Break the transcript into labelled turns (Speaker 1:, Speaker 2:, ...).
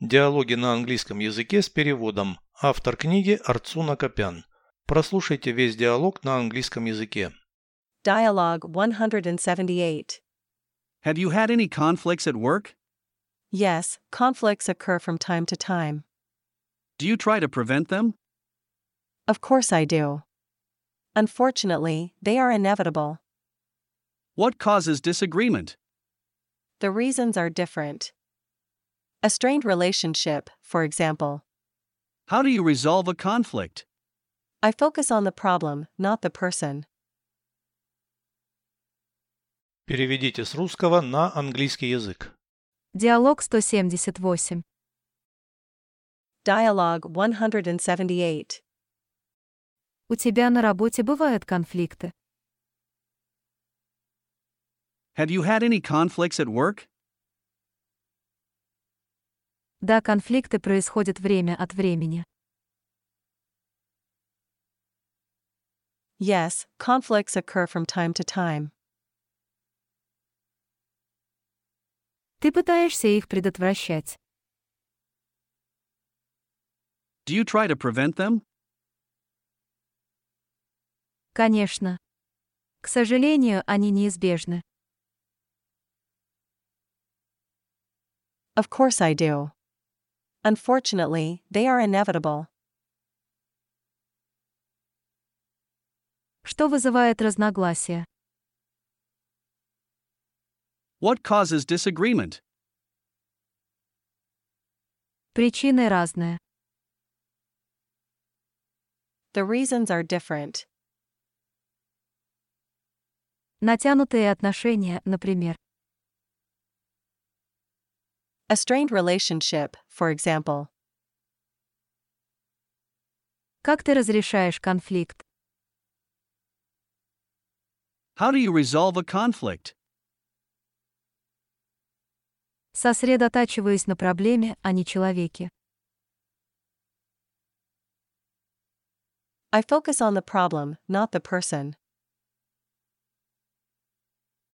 Speaker 1: Диалоги на английском языке с переводом. Автор книги Арцуна Копян. Прослушайте весь диалог на английском языке.
Speaker 2: Dialogue 178.
Speaker 3: Have you had any conflicts at work?
Speaker 2: Yes, conflicts occur from time to time.
Speaker 3: Do you try to prevent them?
Speaker 2: Of course I do. Unfortunately, they are inevitable.
Speaker 3: What causes disagreement?
Speaker 2: The reasons are different. A strained relationship, for example.
Speaker 3: How do you resolve a conflict?
Speaker 2: I focus on the problem, not the person.
Speaker 1: Переведите с русского на английский язык.
Speaker 4: Диалог 178.
Speaker 2: Dialogue 178.
Speaker 4: У тебя на работе бывают конфликты.
Speaker 3: Have you had any conflicts at work?
Speaker 4: Да, конфликты происходят время от времени.
Speaker 2: Yes, conflicts occur from time to time.
Speaker 4: Ты пытаешься их предотвращать.
Speaker 3: Do you try to prevent them?
Speaker 4: Конечно. К сожалению, они неизбежны.
Speaker 2: Of course I do. Unfortunately, they are inevitable.
Speaker 4: Что вызывает разногласия?
Speaker 3: What causes disagreement?
Speaker 4: Причины разные.
Speaker 2: The reasons are different.
Speaker 4: Натянутые отношения, например.
Speaker 2: A strained relationship, for example.
Speaker 4: Как ты разрешаешь конфликт?
Speaker 3: How do you resolve a conflict?
Speaker 4: Сосредотачиваюсь на проблеме, а не человеке.
Speaker 2: I focus on the problem, not the person.